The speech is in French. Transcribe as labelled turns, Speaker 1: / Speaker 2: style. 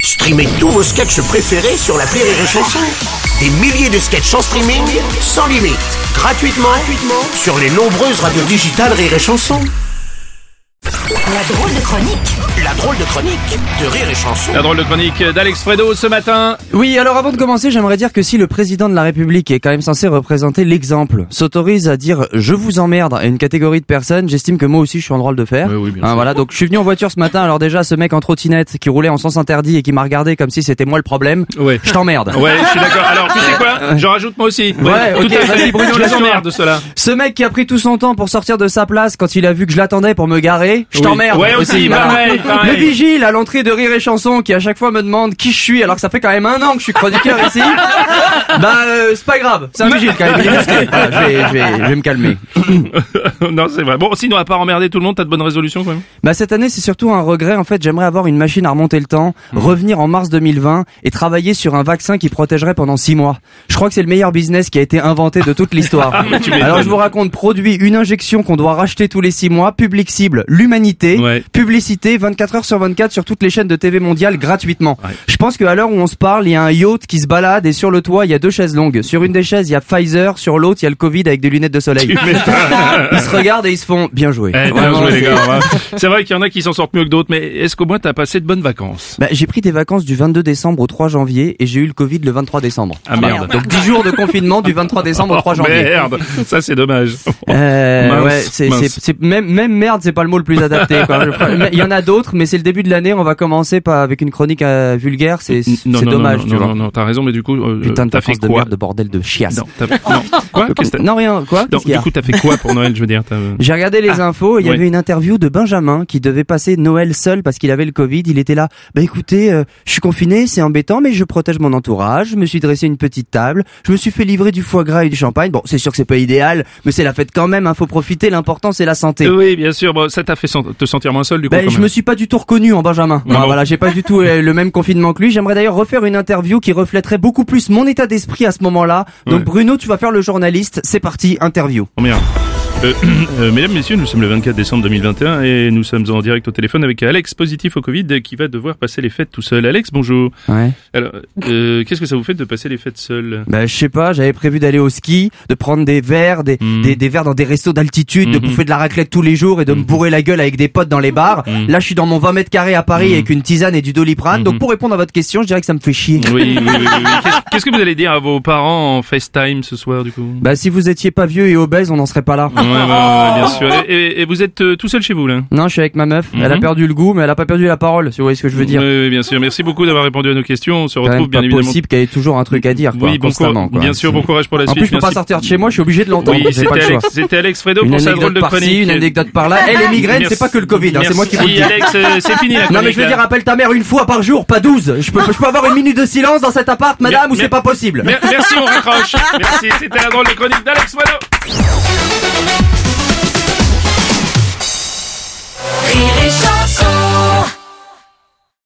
Speaker 1: Streamez tous vos sketchs préférés sur la Rire et Chanson. Des milliers de sketchs en streaming, sans limite, gratuitement, gratuitement sur les nombreuses radios digitales Rire et Chanson.
Speaker 2: La drôle de chronique.
Speaker 1: La drôle de chronique de Rire et Chanson.
Speaker 3: La drôle de chronique d'Alex Fredo ce matin.
Speaker 4: Oui, alors avant de commencer, j'aimerais dire que si le président de la République est quand même censé représenter l'exemple, s'autorise à dire je vous emmerde à une catégorie de personnes, j'estime que moi aussi je suis en droit de le faire.
Speaker 3: Oui, oui, bien
Speaker 4: Hein,
Speaker 3: sûr.
Speaker 4: voilà, donc je suis venu en voiture ce matin, alors déjà ce mec en trottinette qui roulait en sens interdit et qui m'a regardé comme si c'était moi le problème,
Speaker 3: Ouais.
Speaker 4: je t'emmerde.
Speaker 3: Ouais, je suis d'accord. Alors, tu sais quoi J'en rajoute moi aussi.
Speaker 4: Ouais,
Speaker 3: tout
Speaker 4: ok,
Speaker 3: à fait.
Speaker 4: vas-y, Bruno,
Speaker 3: je les
Speaker 4: lâche-toi.
Speaker 3: emmerde, ceux-là.
Speaker 4: Ce mec qui a pris tout son temps pour sortir de sa place quand il a vu que je l'attendais pour me garer, je
Speaker 3: Oui.
Speaker 4: t'emmerde.
Speaker 3: Ouais, aussi,
Speaker 4: voilà.
Speaker 3: pareil, pareil.
Speaker 4: Le vigile à l'entrée de Rire et Chanson qui à chaque fois me demande qui je suis alors que ça fait quand même un an que je suis chroniqueur ici. Bah, euh, c'est pas grave, c'est un vigile quand même. il est masqué. Voilà, je, vais, je vais- je vais me calmer.
Speaker 3: non, c'est vrai. Bon, sinon, à part emmerder tout le monde, t'as de bonnes résolutions quand même.
Speaker 4: Bah cette année c'est surtout un regret en fait j'aimerais avoir une machine à remonter le temps,
Speaker 3: Mhm.
Speaker 4: revenir en mars 2020 et travailler sur un vaccin qui protégerait pendant six mois. Je crois que c'est le meilleur business qui a été inventé de toute l'histoire.
Speaker 3: Ah, mais tu m'étonnes.
Speaker 4: Alors je vous raconte produit, une injection qu'on doit racheter tous les six mois, public cible, l'humanité,
Speaker 3: Ouais.
Speaker 4: publicité 24 heures sur 24 sur toutes les chaînes de TV mondiale gratuitement.
Speaker 3: Ouais.
Speaker 4: Je pense qu'à l'heure où on se parle, il y a un yacht qui se balade et sur le toit il y a deux chaises longues. Sur une des chaises il y a Pfizer, sur l'autre il y a le Covid avec des lunettes de soleil. Ils se regardent et ils se font bien joué.
Speaker 3: Eh, bien
Speaker 4: Vraiment,
Speaker 3: Eh, joué, les
Speaker 4: c'est-
Speaker 3: gars, ouais. C'est vrai qu'il y en a qui s'en sortent mieux que d'autres, mais est-ce qu'au moins t'as passé de bonnes vacances
Speaker 4: Bah, j'ai pris des vacances du 22 décembre au 3 janvier et j'ai eu le Covid le 23 décembre.
Speaker 3: Ah merde.
Speaker 4: Donc 10 jours de confinement du 23 décembre au 3
Speaker 3: Oh,
Speaker 4: janvier.
Speaker 3: Merde, ça c'est dommage.
Speaker 4: Euh,
Speaker 3: Mince,
Speaker 4: ouais, c'est,
Speaker 3: mince.
Speaker 4: c'est, c'est- même, même merde, c'est pas le mot le plus adapté. quoi. Je crois- mais Il y en a d'autres, mais c'est le début de l'année. On va commencer par avec une chronique euh, vulgaire. C'est, c'est
Speaker 3: Non, non, non,
Speaker 4: dommage,
Speaker 3: non,
Speaker 4: tu
Speaker 3: non,
Speaker 4: vois.
Speaker 3: non, non, t'as raison, mais du coup, euh,
Speaker 4: Putain de
Speaker 3: t'as fait
Speaker 4: vacances de
Speaker 3: quoi
Speaker 4: merde, de bordel de chiasse.
Speaker 3: Non, t'as non. Quoi Qu'est-ce que t'as-
Speaker 4: Non, rien. Quoi
Speaker 3: Non,
Speaker 4: Qu'est-ce qu'il y
Speaker 3: Du
Speaker 4: a
Speaker 3: coup, t'as fait quoi pour Noël, je veux dire t'as-
Speaker 4: J'ai regardé
Speaker 3: Ah.
Speaker 4: les infos, et il y
Speaker 3: ouais.
Speaker 4: avait une interview de Benjamin qui devait passer Noël seul parce qu'il avait le Covid. Il était là, bah écoutez, euh, je suis confiné, c'est embêtant, mais je protège mon entourage. Je me suis dressé une petite table, je me suis fait livrer du foie gras et du champagne. Bon, c'est sûr que c'est pas idéal, mais c'est la fête quand même. hein, faut profiter. L'important c'est la santé.
Speaker 3: Oui, bien sûr. Bon, ça t'a fait sen- te sentir moins seul, du coup.
Speaker 4: Ben,
Speaker 3: Euh, quand
Speaker 4: je
Speaker 3: même.
Speaker 4: me suis pas du tout reconnu en Benjamin.
Speaker 3: Bravo.
Speaker 4: Ah, voilà, j'ai pas du tout euh, le même confinement que lui. J'aimerais d'ailleurs refaire une interview qui reflèterait beaucoup plus mon état d'esprit à ce moment-là. Donc
Speaker 3: Ouais.
Speaker 4: Bruno, tu vas faire le journaliste. C'est parti, interview.
Speaker 3: Oh merde. Euh, euh, mesdames, messieurs, nous sommes le 24 décembre 2021 et nous sommes en direct au téléphone avec Alex, positif au Covid, qui va devoir passer les fêtes tout seul. Alex, bonjour.
Speaker 4: Ouais.
Speaker 3: Alors, euh, qu'est-ce que ça vous fait de passer les fêtes seul
Speaker 4: Bah, je sais pas, j'avais prévu d'aller au ski, de prendre des verres, des,
Speaker 3: Mhm.
Speaker 4: des, des verres dans des restos d'altitude, de
Speaker 3: Mhm.
Speaker 4: bouffer de la raclette tous les jours et de me bourrer la gueule avec des potes dans les bars.
Speaker 3: Mhm.
Speaker 4: Là, je suis dans mon 20 mètres carrés à Paris avec une tisane et du doliprane. Donc, pour répondre à votre question, je dirais que ça me fait chier.
Speaker 3: Oui, oui, oui. oui, oui. Qu'est-ce- Qu'est-ce que vous allez dire à vos parents en FaceTime ce soir, du coup
Speaker 4: Bah, si vous étiez pas vieux et obèse, on n'en serait pas là.
Speaker 3: Ouais, ouais, ouais, ouais, bien sûr. Et, et- et vous êtes euh, tout seul chez vous, là
Speaker 4: Non, je suis avec ma meuf. Elle a
Speaker 3: Mhm.
Speaker 4: perdu le goût, mais elle a pas perdu la parole, si vous voyez ce que je veux dire.
Speaker 3: Oui, oui, bien sûr. Merci beaucoup d'avoir répondu à nos questions. On se
Speaker 4: C'est quand
Speaker 3: retrouve,
Speaker 4: même
Speaker 3: bien
Speaker 4: pas
Speaker 3: évidemment.
Speaker 4: possible qu'elle ait toujours un truc à dire, quoi,
Speaker 3: oui, bon
Speaker 4: constamment,
Speaker 3: courage.
Speaker 4: quoi.
Speaker 3: Bien sûr, bon courage pour la
Speaker 4: En
Speaker 3: suite.
Speaker 4: plus, je peux pas
Speaker 3: Merci.
Speaker 4: sortir de chez moi, je suis obligé de l'entendre.
Speaker 3: Oui,
Speaker 4: j'ai
Speaker 3: c'était
Speaker 4: pas le choix.
Speaker 3: Alex, c'était Alex Fredo
Speaker 4: Une
Speaker 3: pour sa drôle
Speaker 4: anecdote
Speaker 3: de
Speaker 4: par-ci,
Speaker 3: chronique.
Speaker 4: une anecdote par-là. Et les migraines, c'est pas que le Covid, hein, c'est moi qui vous le
Speaker 3: Merci,
Speaker 4: dis.
Speaker 3: Alex, euh, c'est fini la
Speaker 4: Non mais
Speaker 3: chronique,
Speaker 4: je veux
Speaker 3: là.
Speaker 4: dire appelle ta mère une fois par jour, pas 12 Je peux, je peux avoir une minute de silence dans cet appart, madame,
Speaker 3: Mais-
Speaker 4: ou c'est
Speaker 3: mais-
Speaker 4: pas possible
Speaker 3: Mer- Merci, on raccroche. Merci, c'était la drôle de chronique d'Alex Wano.